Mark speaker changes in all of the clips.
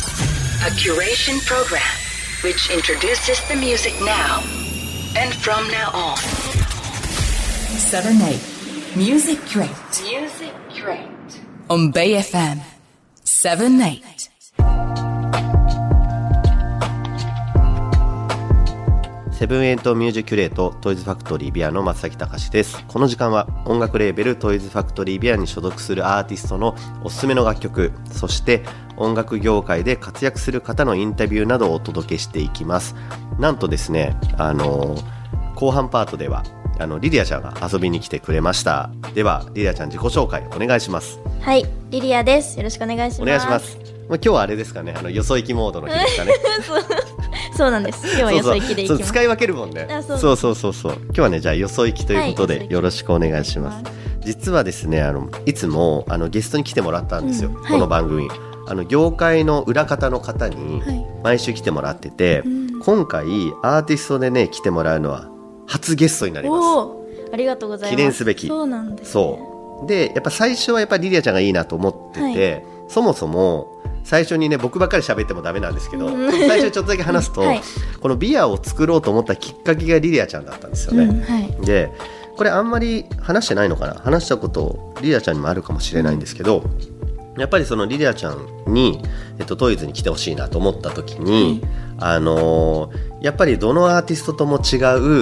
Speaker 1: A curation program which introduces the music now and from now on.
Speaker 2: Seven eight Music Crate
Speaker 1: Music Crate.
Speaker 2: on Bay FM. Seven eight
Speaker 3: セブンエイトミュージックレートトイズファクトリービアの松崎隆ですこの時間は音楽レーベルトイズファクトリービアに所属するアーティストのおすすめの楽曲そして音楽業界で活躍する方のインタビューなどをお届けしていきますなんとですねあのー後半パートではあのリリアちゃんが遊びに来てくれましたではリリアちゃん自己紹介お願いします
Speaker 4: はい、リリアです。よろしくお願いします。
Speaker 3: お願いします。まあ、今日はあれですかねあのよそ行きモードの日ですかね
Speaker 4: そうなんです。今日はよそ行きで
Speaker 3: そうそうそ
Speaker 4: 行きま
Speaker 3: う
Speaker 4: す。
Speaker 3: 使い分けるもんね
Speaker 4: あそう
Speaker 3: そうそうそうそう今日はねじゃあよそ行きということ
Speaker 4: は
Speaker 3: で
Speaker 4: い
Speaker 3: よろしくお願いします、
Speaker 4: お願いしま
Speaker 3: 実はですねあのいつもあのゲストに来てもらったんですよ、
Speaker 4: うんはい
Speaker 3: この番組あの業界の裏方の方に
Speaker 4: はい
Speaker 3: 毎週来てもらってて、今回アーティストでね来てもらうのは初ゲストになりま
Speaker 4: おお、ありがとうございま
Speaker 3: 記
Speaker 4: す。
Speaker 3: 念すべき
Speaker 4: そうなんですす、
Speaker 3: そうでやっぱ最初はやっぱりリリアちゃんがいいなと思ってて、そもそも最初にね僕ばっかり喋ってもダメなんですけど、
Speaker 4: うん
Speaker 3: 最初ちょっとだけ話すと、
Speaker 4: はい
Speaker 3: このビアを作ろうと思ったきっかけがリリアちゃんだったんですよね、
Speaker 4: うん、はい。
Speaker 3: でこれあんまり話してないのかな話したことリリアちゃんにもあるかもしれないんですけどやっぱりそのリリアちゃんに、えっと、トイズに来てほしいなと思った時に、あのーやっぱりどのアーティストとも違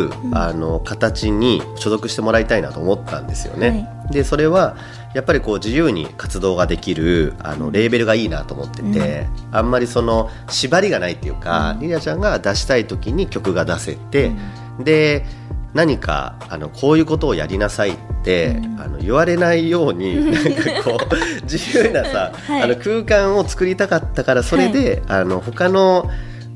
Speaker 3: う、あの形に所属してもらいたいなと思ったんですよね。でそれはやっぱりこう自由に活動ができるあのレーベルがいいなと思ってて、あんまりその縛りがないっていうか、リリアちゃんが出したい時に曲が出せて、で何かあのこういうことをやりなさいって、あの言われないように、 なんかこう自由なさ、
Speaker 4: はい
Speaker 3: あの空間を作りたかったからそれで、あの他の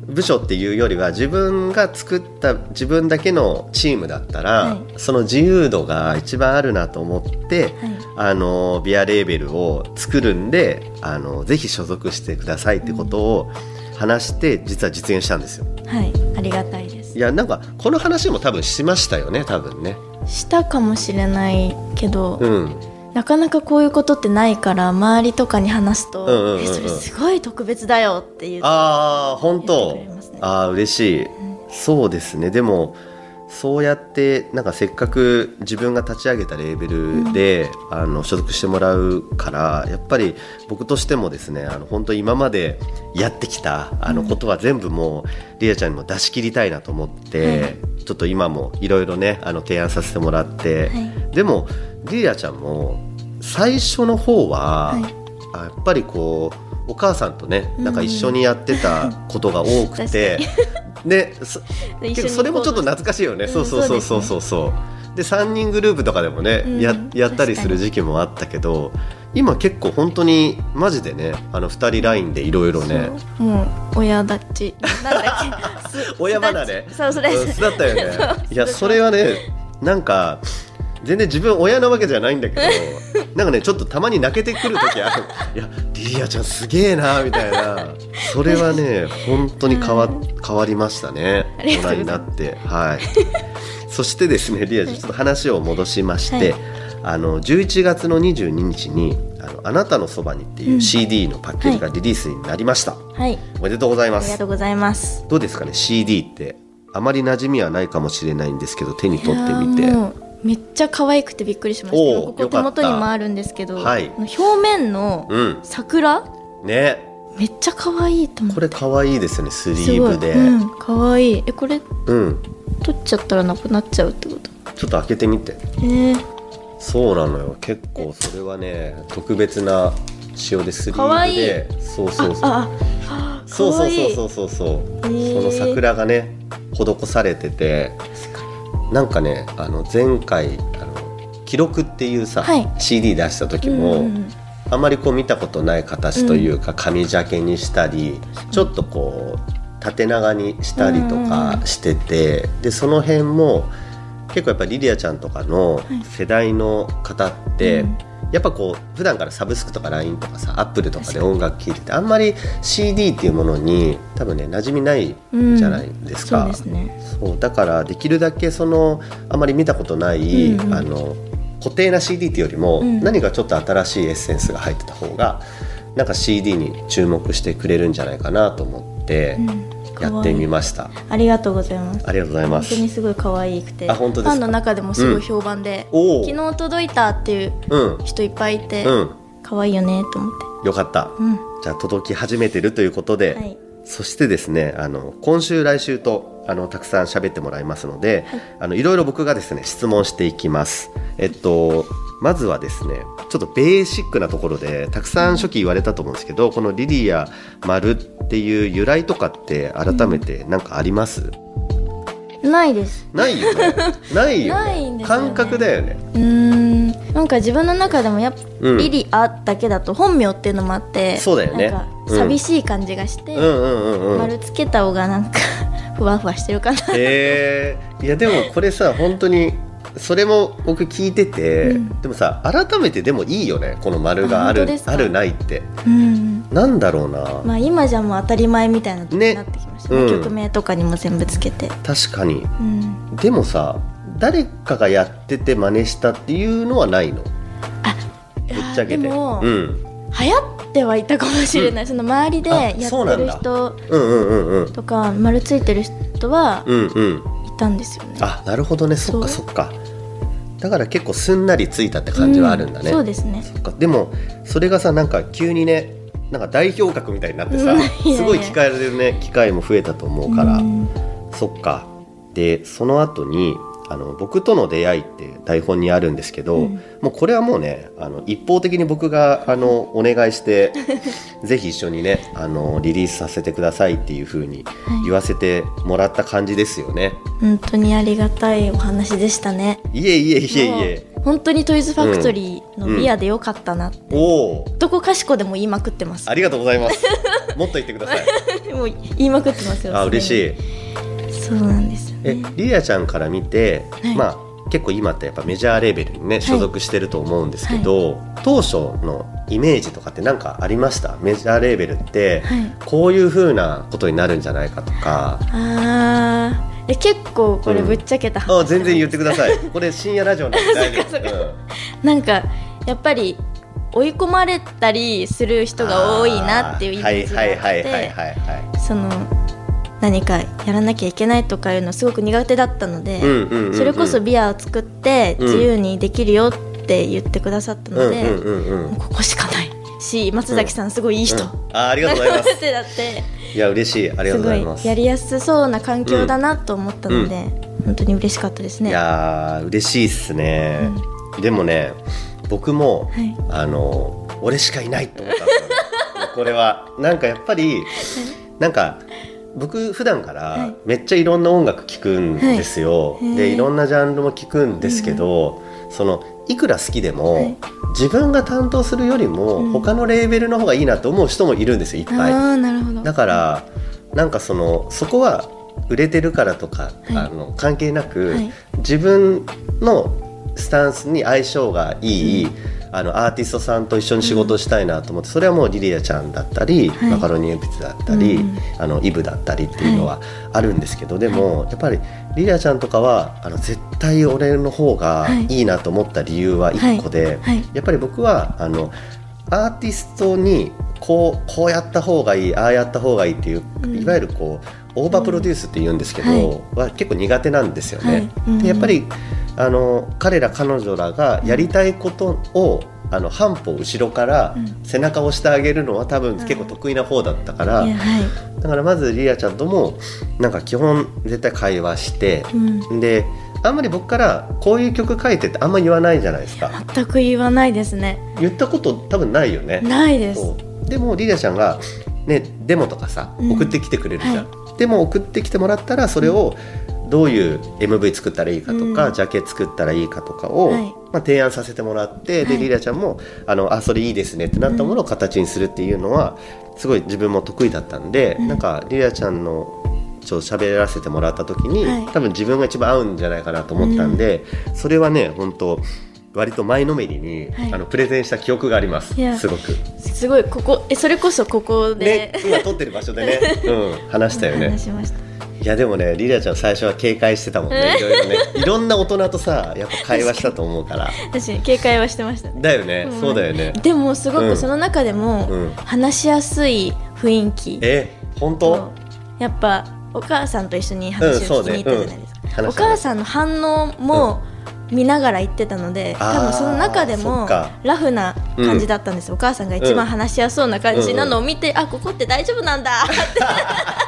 Speaker 3: 部署っていうよりは自分が作った自分だけのチームだったら、
Speaker 4: はい
Speaker 3: その自由度が一番あるなと思って、あのビアレーベルを作るんであのぜひ所属してくださいってことを話して実は実現したんですよ。
Speaker 4: はい、ありがたいです
Speaker 3: い。やなんかこの話も多分しましたよね多分ね。
Speaker 4: したかもしれないけど、
Speaker 3: うん、
Speaker 4: なかなかこういうことってないから、周りとかに話すと、
Speaker 3: うんうんうんうん
Speaker 4: えそれすごい特別だよっていう。
Speaker 3: ああ本当、
Speaker 4: 言ってくれますね
Speaker 3: ああ嬉しい、そうですねでもそうやってなんかせっかく自分が立ち上げたレーベルで、あの所属してもらうからやっぱり僕としてもですねあの本当今までやってきたあのことは全部もうりあちゃんにも出し切りたいなと思って、ちょっと今もいろいろねあの提案させてもらって、
Speaker 4: は
Speaker 3: でもりあちゃんも最初の方は、
Speaker 4: はい
Speaker 3: あやっぱりこうお母さんとねなんか一緒にやって たことが多くて、でそ
Speaker 4: で
Speaker 3: 結構それもちょっと
Speaker 4: な
Speaker 3: 懐かしいよね、
Speaker 4: うん
Speaker 3: そうそうそうそうそうそうで3人グループとかでもね、
Speaker 4: うん
Speaker 3: ややったりする時期もあったけど今結構本当にマジでねあの2人ラインでいろいろね。
Speaker 4: もう親立ち。なんだっけす。
Speaker 3: 親離れ
Speaker 4: すだちそう、それ。
Speaker 3: うんだったよねいや
Speaker 4: そう
Speaker 3: それはねなんか全然自分親なわけじゃないん だけどなんかねちょっとたまに泣けてくる時あるいやリリアちゃんすげえなみたいなそれはね本当に変わ,、変わりましたね
Speaker 4: あ
Speaker 3: 大
Speaker 4: り
Speaker 3: 人
Speaker 4: がとう
Speaker 3: に
Speaker 4: ご
Speaker 3: ない
Speaker 4: ざ
Speaker 3: ってはいそしてですねリアちゃんちょっと話を戻しまして、
Speaker 4: はい
Speaker 3: あの11月の22日に「あのあなたのそばに」っていう CD のパッケージがリリースになりました、
Speaker 4: はい、
Speaker 3: おめでとうございま
Speaker 4: あり
Speaker 3: す
Speaker 4: がとうございます。
Speaker 3: どうですかね CD ってあまり馴染みはないかもしれないんですけど手に取ってみ
Speaker 4: い
Speaker 3: て
Speaker 4: やーもうめっちゃ可愛くてびっくりしまし
Speaker 3: お
Speaker 4: た
Speaker 3: ー
Speaker 4: よここ
Speaker 3: よか
Speaker 4: 手
Speaker 3: った
Speaker 4: 元にもあるんですけど、
Speaker 3: はい
Speaker 4: 表面の
Speaker 3: うん
Speaker 4: 桜、
Speaker 3: ね
Speaker 4: めっちゃ可愛いと思っ
Speaker 3: こ
Speaker 4: て
Speaker 3: れ可愛いですよねスリ
Speaker 4: す
Speaker 3: ー
Speaker 4: ごい、
Speaker 3: ブで、
Speaker 4: うん、可愛いえこれ
Speaker 3: うん、
Speaker 4: 取っちゃったらなくなっちゃうってこと
Speaker 3: ちょっと開けてみて
Speaker 4: えー、
Speaker 3: そうなのよ結構それはね特別な仕様でスリ
Speaker 4: 可
Speaker 3: ーブ
Speaker 4: 愛い
Speaker 3: でそうそうそう
Speaker 4: ああ
Speaker 3: そう
Speaker 4: 可
Speaker 3: そう
Speaker 4: 愛い
Speaker 3: そうそうそうそう、
Speaker 4: ー
Speaker 3: その桜がね施されててなんかねあの前回あの記録っていうさ、
Speaker 4: はい
Speaker 3: CD 出した時
Speaker 4: うん
Speaker 3: も、
Speaker 4: うんうん
Speaker 3: あまりこう見たことない形というか、紙ジャケにしたりちょっとこう縦長にしたりとかしてて、でその辺も結構やっぱりリリアちゃんとかの世代の方って、やっぱこう普段からサブスクとか LINE とかさアップルとかで音楽聴いててあんまり CD っていうものに多分ね馴染みないじゃないですか。
Speaker 4: そうですね
Speaker 3: そうだからできるだけそのあまり見たことない、
Speaker 4: うんうん
Speaker 3: あの固定な CD っていうよりも、
Speaker 4: ん
Speaker 3: 何かちょっと新しいエッセンスが入ってた方がなんか CD に注目してくれるんじゃないかなと思って
Speaker 4: うん
Speaker 3: やってみました、
Speaker 4: ありがとうございます
Speaker 3: ありがとうございま
Speaker 4: 本
Speaker 3: す
Speaker 4: 当にすごい可愛くて
Speaker 3: あ本当ですか
Speaker 4: ファンの中でもすごい評判で、
Speaker 3: うんおー
Speaker 4: 昨日届いたっていう
Speaker 3: うん
Speaker 4: 人いっぱいいて、
Speaker 3: うん
Speaker 4: 可愛いよねと思って
Speaker 3: よかった、
Speaker 4: うん
Speaker 3: じゃあ届き始めてるということで、
Speaker 4: はい
Speaker 3: そしてですねあの今週来週とあのたくさん喋ってもらいますので、い、あのいろいろ僕がですね質問していきますえっとまずはですねちょっとベーシックなところでたくさん初期言われたと思うんですけどこの「リリア丸」っていう由来とかって改めて何かあります、
Speaker 4: ないです
Speaker 3: ないよ ねないよね
Speaker 4: ないんですよね
Speaker 3: 感覚だよね
Speaker 4: うーんなんか自分の中でもやっぱ、
Speaker 3: うん
Speaker 4: リリアだけだと本名っていうのもあって
Speaker 3: そうだよね
Speaker 4: なん
Speaker 3: う
Speaker 4: か
Speaker 3: ん
Speaker 4: 寂しい感じがして、
Speaker 3: うんうんうんうん
Speaker 4: 丸つけた方がなんか ふわふわしてるかな
Speaker 3: えー、いやでもこれさ本当にそれも僕聞いてて、でもさ改めてでもいいよねこの丸があ
Speaker 4: あ本当
Speaker 3: る
Speaker 4: ですか
Speaker 3: あるないって
Speaker 4: うん
Speaker 3: なんだろうな、
Speaker 4: まあ今じゃもう当たり前みたいなとこ
Speaker 3: ね
Speaker 4: になってきましたね
Speaker 3: うん
Speaker 4: 曲名とかにも全部つけて
Speaker 3: 確かに
Speaker 4: うん
Speaker 3: でもさ誰かがやってて真似したっていうのはないのぶっちゃけて
Speaker 4: いやーでも
Speaker 3: うん、
Speaker 4: 流行ってはいたかもしれない、その周りで
Speaker 3: あ
Speaker 4: やって
Speaker 3: そうなん
Speaker 4: る
Speaker 3: だ
Speaker 4: 人
Speaker 3: うんうんうんうん
Speaker 4: とか丸ついてる人は
Speaker 3: うんうん
Speaker 4: いたんですよね、
Speaker 3: あなるほどねそっか
Speaker 4: そ
Speaker 3: そっかだから結構すんなりついたって感じはあるんだね、
Speaker 4: うそうですね
Speaker 3: そっかでもそれがさなんか急にねなんか代表格みたいになってさ
Speaker 4: うんい やいや
Speaker 3: すごい機会でね機会も増えたと思うから、
Speaker 4: うん
Speaker 3: そっかでその後にあの僕との出会いって台本にあるんですけど、もうこれはもうねあの一方的に僕があのお願いして ぜひ一緒にねあのリリースさせてくださいっていう風に言わせてもらった感じですよね。
Speaker 4: 本当にありがたいお話でしたね
Speaker 3: い、えいえいえいえ。
Speaker 4: もう本当にトイズファクトリーのビアでよかったな、
Speaker 3: おおー
Speaker 4: どこかしこでも言いまくってます
Speaker 3: ありがとうございます。もっと言ってくだ さい。
Speaker 4: もう言いまくってますよ
Speaker 3: あ嬉しい。
Speaker 4: いそうなんですよ
Speaker 3: え
Speaker 4: ね
Speaker 3: リアちゃんから見て、
Speaker 4: い
Speaker 3: まあ結構今ってやっぱメジャーレベルにね所属してると思うんですけど、当初のイメージとかって何かありましたメジャーレベルって、
Speaker 4: はい
Speaker 3: こういう風なことになるんじゃないかとか
Speaker 4: あーえ結構これぶっちゃけた話、
Speaker 3: あ全然言ってくだ さいこれ深夜ラジオなんで大丈夫
Speaker 4: なんかやっぱり追い込まれたりする人が多いなっていうイメージがあっ
Speaker 3: うんあーはいはいはい
Speaker 4: て
Speaker 3: はいはいはい
Speaker 4: その何かやらなきゃいけないとかいうのすごく苦手だったので、
Speaker 3: うんうんうんうん
Speaker 4: それこそビアを作って
Speaker 3: うん
Speaker 4: 自由にできるよって言ってくださった
Speaker 3: う
Speaker 4: の
Speaker 3: ん
Speaker 4: で、
Speaker 3: うんうんう
Speaker 4: もうんここしかないし松崎さんすごいいい人、
Speaker 3: あありがとうございます
Speaker 4: ってなって
Speaker 3: いや嬉しいありがと
Speaker 4: す
Speaker 3: うご
Speaker 4: ご
Speaker 3: ざ
Speaker 4: い
Speaker 3: います
Speaker 4: やりやすそうな環境だなと思ったので、本当に嬉しかったですね
Speaker 3: いやー嬉しいっすね、でもね僕も、
Speaker 4: はい
Speaker 3: あの俺しかいないと思ったんですよね これはなんかやっぱりなんか僕普段からめっちゃいろんな音楽聴くんですよ、
Speaker 4: いへー
Speaker 3: でいろんなジャンルも聴くんですけど、そのいくら好きでも、
Speaker 4: はい
Speaker 3: 自分が担当するよりも他のレーベルの方がいいなと思う人もいるんですよいっぱい。
Speaker 4: ああなるほど
Speaker 3: だからなんかそのそこは売れてるからとか、
Speaker 4: い
Speaker 3: あの関係なく、
Speaker 4: はい
Speaker 3: 自分のスタンスに相性がいい、あのアーティストさんと一緒に仕事をしたいなと思って、それはもうリリアちゃんだったり、
Speaker 4: い
Speaker 3: マカロニ鉛筆だったり、
Speaker 4: うん
Speaker 3: あのイブだったりっていうのはあるんですけど、でもやっぱりリリアちゃんとかはあの絶対俺の方がいいなと思った理由は1個で、
Speaker 4: はいはい
Speaker 3: やっぱり僕はあのアーティストにこうこうやった方がいいああやった方がいいっていう、いわゆるこうオーバープロデュースって言うんですけど、は結構苦手なんですよね。
Speaker 4: はいうん
Speaker 3: でやっぱりあの彼ら彼女らがやりたいことを、あの半歩後ろから背中を押してあげるのは多分結構得意な方だったから、
Speaker 4: いやはい
Speaker 3: だからまずリアちゃんともなんか基本絶対会話して、であんまり僕からこういう曲書いてってあんま言わないじゃないですか
Speaker 4: 全く言わないですね
Speaker 3: 言ったこと多分ないよね
Speaker 4: ないです
Speaker 3: そうでもリアちゃんが、ね、デモとかさ
Speaker 4: うん
Speaker 3: 送ってきてくれるじゃん、でも送ってきてもらったらそれをどういう MV 作ったらいいかとか、
Speaker 4: うん
Speaker 3: ジャケ作ったらいいかとかを、
Speaker 4: はい
Speaker 3: まあ、提案させてもらってで、
Speaker 4: はい
Speaker 3: リリアちゃんもあのあそれいいですねってなったものを形にするっていうのは、すごい自分も得意だったんで、なんかリリアちゃんのちょっと喋らせてもらった時に、
Speaker 4: はい
Speaker 3: 多分自分が一番合うんじゃないかなと思ったんで、それはね本当割と前のめりに、
Speaker 4: はい
Speaker 3: あのプレゼンした記憶があります
Speaker 4: いや
Speaker 3: すごく。
Speaker 4: すごいここえそれこそここ
Speaker 3: ね
Speaker 4: で、、
Speaker 3: 今撮ってる場所でね、うん、話したよね
Speaker 4: 話。しました
Speaker 3: いやでもねリリアちゃん最初は警戒してたもんねいろいろねいろんな大人とさやっぱ会話したと思うから
Speaker 4: 私警戒はしてましたね
Speaker 3: だよねそうだよね
Speaker 4: でもすご
Speaker 3: うん
Speaker 4: くその中で
Speaker 3: うん
Speaker 4: も話しやすい雰囲気
Speaker 3: え本当
Speaker 4: やっぱお母さんと一緒に話を聞きに行ったじゃないですか、
Speaker 3: うんそうねうん
Speaker 4: お母さんの反応も見ながら言ってたので、
Speaker 3: あー
Speaker 4: 多分その中で
Speaker 3: そっ
Speaker 4: も
Speaker 3: か
Speaker 4: ラフな感じだったんですよ、お母さんが一番話しやすそうな感じなのを見て、あここって大丈夫な んだこ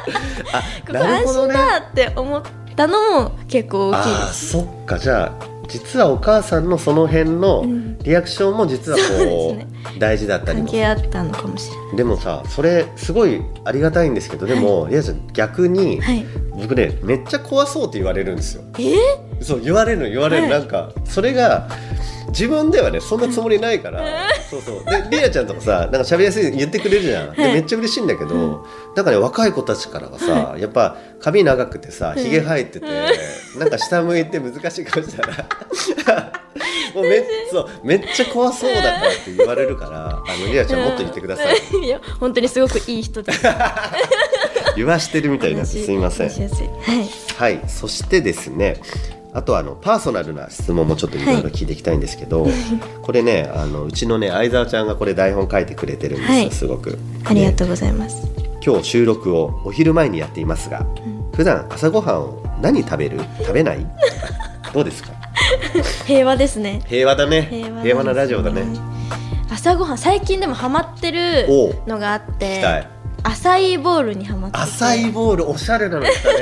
Speaker 4: こ
Speaker 3: な
Speaker 4: 安
Speaker 3: るほど
Speaker 4: 心
Speaker 3: ね
Speaker 4: だって思ったのも結構大きい
Speaker 3: ああそっかじゃあ実はお母さんのその辺のリアクションも実はこ
Speaker 4: そう
Speaker 3: う
Speaker 4: で
Speaker 3: 大事だったり
Speaker 4: 関
Speaker 3: も
Speaker 4: 係あったのかもしれ
Speaker 3: でもさそれすごいありがたいんですけどでも、リアちゃん逆に、
Speaker 4: ない、はい、
Speaker 3: 僕ねめっちゃ怖そうって言われるんですよ
Speaker 4: え
Speaker 3: そう言われるの言われる、
Speaker 4: はい
Speaker 3: なんかそれが自分ではねそんなつもりないから、そうそうでリアちゃんとかさなんか喋りやすい言ってくれるじゃん、で
Speaker 4: はい
Speaker 3: めっちゃ嬉しいんだけど、なんかね若い子たちからはさ、やっぱ髪長くてさひげ生えてて、なんか下向いて難しい顔した らもうめそうめっちゃ怖そうだからって言われるからあのリアちゃんもっと言ってください
Speaker 4: いや本当にすごくいい人です
Speaker 3: 言わしてるみたいになって
Speaker 4: 話
Speaker 3: すいません
Speaker 4: 話し。やすいはい
Speaker 3: はい、そしてですねあとはあのパーソナルな質問もちょっといろいろ聞いていきたいんですけど、これねあのうちのね相沢ちゃんがこれ台本書いてくれてるんですよ、
Speaker 4: はい
Speaker 3: すごく。
Speaker 4: ありが
Speaker 3: う
Speaker 4: とうございます、
Speaker 3: 今日収録をお昼前にやっていますが、普段朝ごはんを何食べる食べない どうですか
Speaker 4: 平和ですね
Speaker 3: 平和だね
Speaker 4: 平和,、
Speaker 3: 平和なラジオだね。
Speaker 4: 朝ごはん最近でもハマってる
Speaker 3: おう
Speaker 4: のがあって
Speaker 3: たい
Speaker 4: アサイーボールにハマってて
Speaker 3: アサイーボールおしゃれなの来たね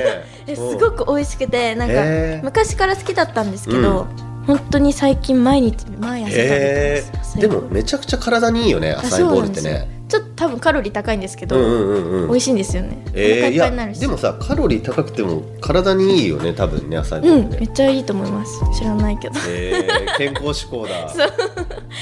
Speaker 4: えす
Speaker 3: うん
Speaker 4: ごく美味しくてなんか、
Speaker 3: へー
Speaker 4: 昔から好きだったんですけど、本当に最近毎日毎朝食べ
Speaker 3: へー
Speaker 4: てます、
Speaker 3: でもめちゃくちゃ体にいいよねア
Speaker 4: ア
Speaker 3: サイーボールってね
Speaker 4: ちょっと多分カロリー高いんですけど、
Speaker 3: うんうんうんうん
Speaker 4: 美味しいんですよね、お
Speaker 3: え
Speaker 4: 腹
Speaker 3: ー、い
Speaker 4: いっぱいにな
Speaker 3: や
Speaker 4: るし
Speaker 3: でもさカロリー高くても体にいいよね多分ね野菜
Speaker 4: うん
Speaker 3: ね、
Speaker 4: めっちゃいいと思います知らないけど
Speaker 3: えー健康志向だ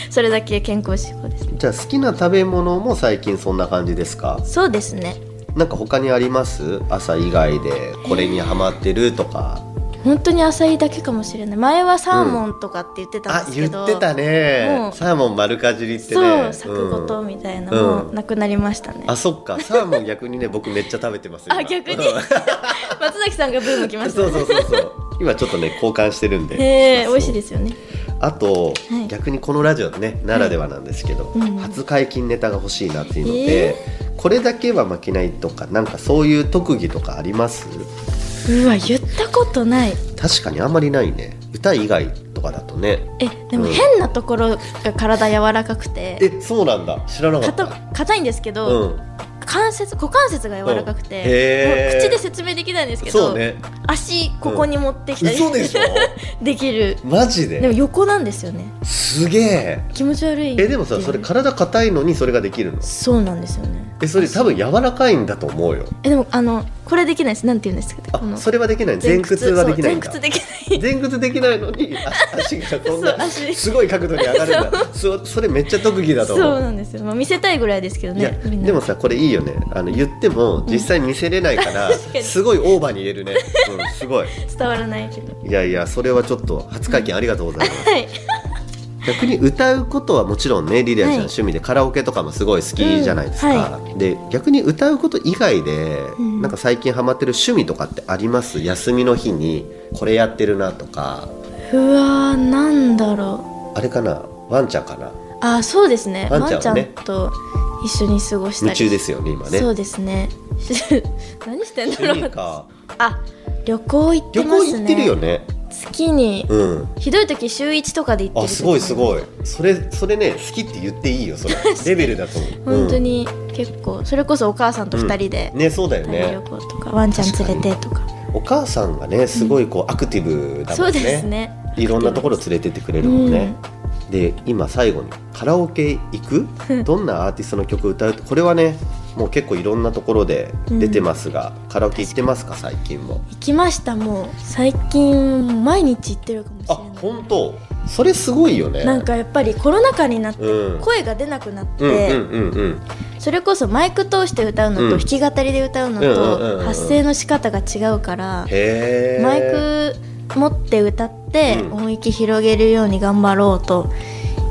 Speaker 4: それだけ健康志向ですね
Speaker 3: じゃあ好きな食べ物も最近そんな感じですか
Speaker 4: そうですね
Speaker 3: なんか他にあります朝以外でこれにハマってるとか、
Speaker 4: 本当にアサイだけかもしれない前はサーモンとかって言ってたん
Speaker 3: あ
Speaker 4: ですけ
Speaker 3: 言
Speaker 4: ど、
Speaker 3: ってた
Speaker 4: も
Speaker 3: ね
Speaker 4: う
Speaker 3: サーモン丸かじりって
Speaker 4: そう
Speaker 3: ね
Speaker 4: サクごとみたいな
Speaker 3: うん
Speaker 4: のもなくなりましたね、
Speaker 3: あそっかサーモン逆にね僕めっちゃ食べてます今
Speaker 4: あ逆に
Speaker 3: うん
Speaker 4: 松崎さんがブーム来ました
Speaker 3: そう
Speaker 4: ね
Speaker 3: そうそうそう今ちょっとね交換してるんで
Speaker 4: へえ
Speaker 3: そう
Speaker 4: 美味しいですよね
Speaker 3: あと、
Speaker 4: はい
Speaker 3: 逆にこのラジオねならではなんですけど、
Speaker 4: うん
Speaker 3: 初解禁ネタが欲しいなっていうので、これだけは負けないとかなんかそういう特技とかあります
Speaker 4: うわ言ったことない
Speaker 3: 確かにあんまりないね歌以外とかだとね
Speaker 4: えでも
Speaker 3: うん
Speaker 4: 変なところが体柔らかくて
Speaker 3: えそうなんだ知らなか
Speaker 4: か
Speaker 3: った
Speaker 4: た硬いんですけど、
Speaker 3: うん、
Speaker 4: 関節股関節が柔らかく
Speaker 3: うんへー、
Speaker 4: てもう口で説明できないんですけ
Speaker 3: そ
Speaker 4: ど、
Speaker 3: うね
Speaker 4: 足ここに持ってきたり、
Speaker 3: 嘘でしょ
Speaker 4: できる
Speaker 3: マジ
Speaker 4: でも
Speaker 3: で
Speaker 4: 横なんですよね
Speaker 3: すげえ
Speaker 4: 気持ち悪い
Speaker 3: えでもさそれ体硬いのにそれができるの
Speaker 4: そうなんですよね
Speaker 3: えそれ多分柔らかいんだと思うよ
Speaker 4: えでもあのこれできないですなんて言うんですかこ
Speaker 3: あ
Speaker 4: の
Speaker 3: それはできない前屈はできないんだ
Speaker 4: そう前屈できない
Speaker 3: 前屈できないの に足足がこん
Speaker 4: そう
Speaker 3: な
Speaker 4: 足
Speaker 3: すごい角度に上がるんだそそれめっちゃ特技だと
Speaker 4: そ
Speaker 3: 思う
Speaker 4: うなんですよ、まあ、見せたいぐらいですけど
Speaker 3: いや
Speaker 4: ねみんな
Speaker 3: でもさこれいいよねあの言っても実際見せれないから、
Speaker 4: かに
Speaker 3: すごいオーバーに言えるね、うん、すごい
Speaker 4: 伝わらないけど
Speaker 3: いやいやそれはちょっと初会見ありがとうございます、
Speaker 4: はい
Speaker 3: 逆に歌うことはもちろんねリリアちゃん
Speaker 4: はい
Speaker 3: 趣味でカラオケとかもすごい好きじゃないですか、
Speaker 4: うん
Speaker 3: で逆に歌うこと以外で、なんか最近ハマってる趣味とかってあります休みの日にこれやってるなとか
Speaker 4: うわーなんだろ
Speaker 3: あれかなワンちゃんかな
Speaker 4: うあそうですね
Speaker 3: ワ
Speaker 4: ワ
Speaker 3: ン
Speaker 4: ン
Speaker 3: ち
Speaker 4: ち
Speaker 3: ゃ
Speaker 4: ゃ
Speaker 3: んは
Speaker 4: ん,、
Speaker 3: ね
Speaker 4: と一緒に過ごしたり
Speaker 3: 夢中ですよね今ね
Speaker 4: そうですね 何してんだろ
Speaker 3: 趣味
Speaker 4: う
Speaker 3: か
Speaker 4: あ旅行行って
Speaker 3: 旅
Speaker 4: ま
Speaker 3: 行
Speaker 4: すね
Speaker 3: 行ってるよね
Speaker 4: 月に、
Speaker 3: うん
Speaker 4: ひどい時週一とかで行ってる
Speaker 3: あすごいす
Speaker 4: い
Speaker 3: ごいそれそれね好きって言っていいよそれレベルだと思う
Speaker 4: 本当、に結構それこそお母さんと二人で、
Speaker 3: うんねそうだよね
Speaker 4: 旅行とかワンちゃん連れてとか
Speaker 3: お母さんがねすごいこうアクティブだ
Speaker 4: そ
Speaker 3: もんね
Speaker 4: うですね
Speaker 3: いろんなところ連れてってくれるもんね、で今最後にカラオケ行くどんなアーティストの曲歌うってこれはねもう結構いろんなところで出てますが、カラオケ行ってますか最近も
Speaker 4: 行きましたもう最近毎日行ってるかもし
Speaker 3: あ
Speaker 4: れ
Speaker 3: 本当それすごいよね
Speaker 4: ないなんかやっぱりコロナ禍になって
Speaker 3: うん
Speaker 4: 声が出なくなって、
Speaker 3: うんうんうんうん
Speaker 4: それこそマイク通して歌うの
Speaker 3: うん
Speaker 4: と弾き語りで歌うの
Speaker 3: うんうんうんう
Speaker 4: と
Speaker 3: ん
Speaker 4: 発声の仕方が違うから
Speaker 3: へえ
Speaker 4: マイク持って歌って
Speaker 3: うん
Speaker 4: 音域広げるように頑張ろうと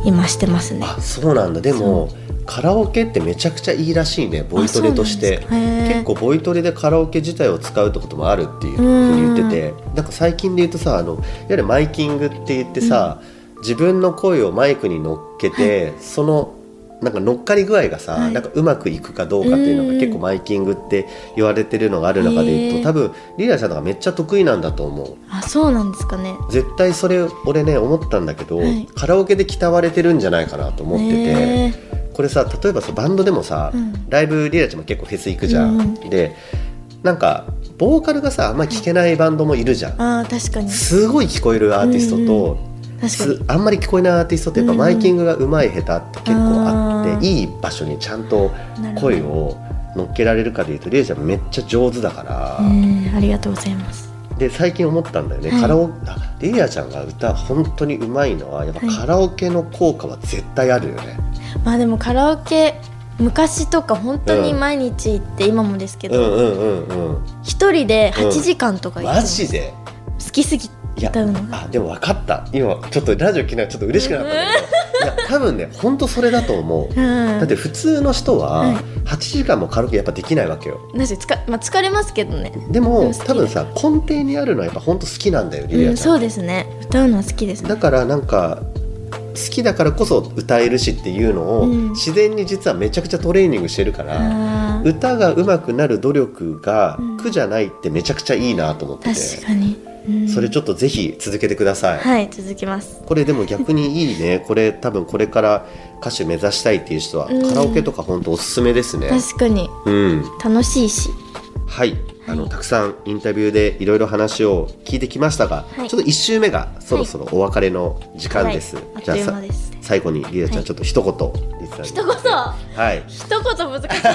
Speaker 4: 今してますね
Speaker 3: あそうなんだでもカラオケってめちゃくちゃいいらしいねボイトレとして
Speaker 4: あそうなんですかへー
Speaker 3: 結構ボイトレでカラオケ自体を使うってこともあるっていうふうに言っててなんか最近で言うとさあのいわゆるマイキングって言ってさ、自分の声をマイクに乗っけて、そのなんか乗っかり具合がさ、
Speaker 4: はい
Speaker 3: なんかうまくいくかどうかっていうのが結構マイキングって言われてるのがある中で言う
Speaker 4: へー
Speaker 3: と多分リラちゃんとかめっちゃ得意なんだと思う。
Speaker 4: あそうなんですかね
Speaker 3: 絶対それ俺ね思ったんだけど、
Speaker 4: はい
Speaker 3: カラオケで鍛われてるんじゃないかなと思ってて、
Speaker 4: へ
Speaker 3: これさ例えばさバンドでもさ、
Speaker 4: うん
Speaker 3: ライブリラちゃんも結構フェス行くじゃん、
Speaker 4: うん
Speaker 3: でなんかボーカルがさあんまり聴けないバンドもいるじゃん、
Speaker 4: あー確かに
Speaker 3: すごい聞こえるアーティストと、
Speaker 4: 確かに
Speaker 3: すあんまり聞こえないアーティストってやっぱ
Speaker 4: うん
Speaker 3: マイキングが上手い下手って結構あって、
Speaker 4: あー
Speaker 3: いい場所にちゃんと声を乗っけられるかでいうとリラちゃんめっちゃ上手だから。
Speaker 4: うんありがとうございます
Speaker 3: で最近思ったんだよね、
Speaker 4: はい
Speaker 3: カラオあリリアちゃんが歌本当にうまいのはやっぱ
Speaker 4: はい
Speaker 3: カラオケの効果は絶対あるよね、
Speaker 4: まあでもカラオケ昔とか本当に毎日行って今もですけ
Speaker 3: うん
Speaker 4: ど
Speaker 3: うんうんうん
Speaker 4: 一、人で8時間とか行って
Speaker 3: マ
Speaker 4: ます
Speaker 3: ジで
Speaker 4: 好きすぎ
Speaker 3: いや
Speaker 4: 歌うのが
Speaker 3: あでも分かった今ちょっとラジオ聞きながらちょっと嬉しくなったんだけど、いや多分ね本当それだと思う、
Speaker 4: うん
Speaker 3: だって普通の人
Speaker 4: は
Speaker 3: はい8時間もカラオケやっぱできないわけよ
Speaker 4: なしつか、まあ、疲れますけどね
Speaker 3: で
Speaker 4: で
Speaker 3: も
Speaker 4: も好きだ
Speaker 3: 多分さ根底にあるのはやっぱ本当好きなんだよリリ
Speaker 4: う
Speaker 3: ア
Speaker 4: ん、
Speaker 3: ちゃん、
Speaker 4: そうですね歌うのは好きですね
Speaker 3: だからなんか好きだからこそ歌えるしっていうのを
Speaker 4: うん
Speaker 3: 自然に実はめちゃくちゃトレーニングしてるから、
Speaker 4: あー
Speaker 3: 歌が上手くなる努力が
Speaker 4: ん
Speaker 3: 苦じゃないってめちゃくちゃいいなと思ってて、
Speaker 4: 確かに、うん
Speaker 3: それちょっとぜひ続けてください、
Speaker 4: はい続きます
Speaker 3: これでも逆にいいねこれ多分これから歌手目指したいっていう人は
Speaker 4: うん
Speaker 3: カラオケとか本当おすすめですね
Speaker 4: 確かに
Speaker 3: うん
Speaker 4: 楽しいし
Speaker 3: はいあのたくさんインタビューでいろいろ話を聞いてきましたが、
Speaker 4: はい
Speaker 3: ちょっと1周目がそろそろお別れの時間です、
Speaker 4: はい
Speaker 3: じゃあ
Speaker 4: あっという間
Speaker 3: さ
Speaker 4: ですね
Speaker 3: 最後にリーダちゃ
Speaker 4: は
Speaker 3: ん
Speaker 4: い
Speaker 3: ちょっと一言リーダちゃ
Speaker 4: 一
Speaker 3: ん
Speaker 4: 言
Speaker 3: にはい
Speaker 4: 一言難しいな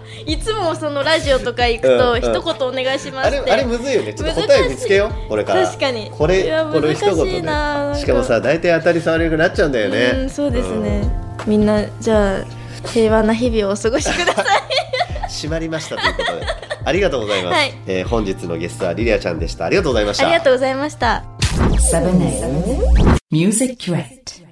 Speaker 4: いつもそのラジオとか行く
Speaker 3: うんう
Speaker 4: と
Speaker 3: ん
Speaker 4: 一言お願いしま
Speaker 3: あ
Speaker 4: すっ
Speaker 3: れ
Speaker 4: て、
Speaker 3: あれむずいよねちょっと
Speaker 4: 難しい
Speaker 3: 答え見つけようこれから
Speaker 4: 確かに
Speaker 3: こ
Speaker 4: い
Speaker 3: れ
Speaker 4: や
Speaker 3: これ一言
Speaker 4: 難し
Speaker 3: で
Speaker 4: いななんか
Speaker 3: しかもさ大体当たり障りなくなっちゃうんだよね
Speaker 4: うんそうですね、みんなじゃあ平和な日々をお過ごしく ださい
Speaker 3: うん閉まりましたということでありがとうございます、
Speaker 4: はい
Speaker 3: えー本日のゲストはリリアちゃんでしたありがとうございまし
Speaker 4: あ
Speaker 3: た
Speaker 4: りがとうございました
Speaker 2: Seven eight. Music crate.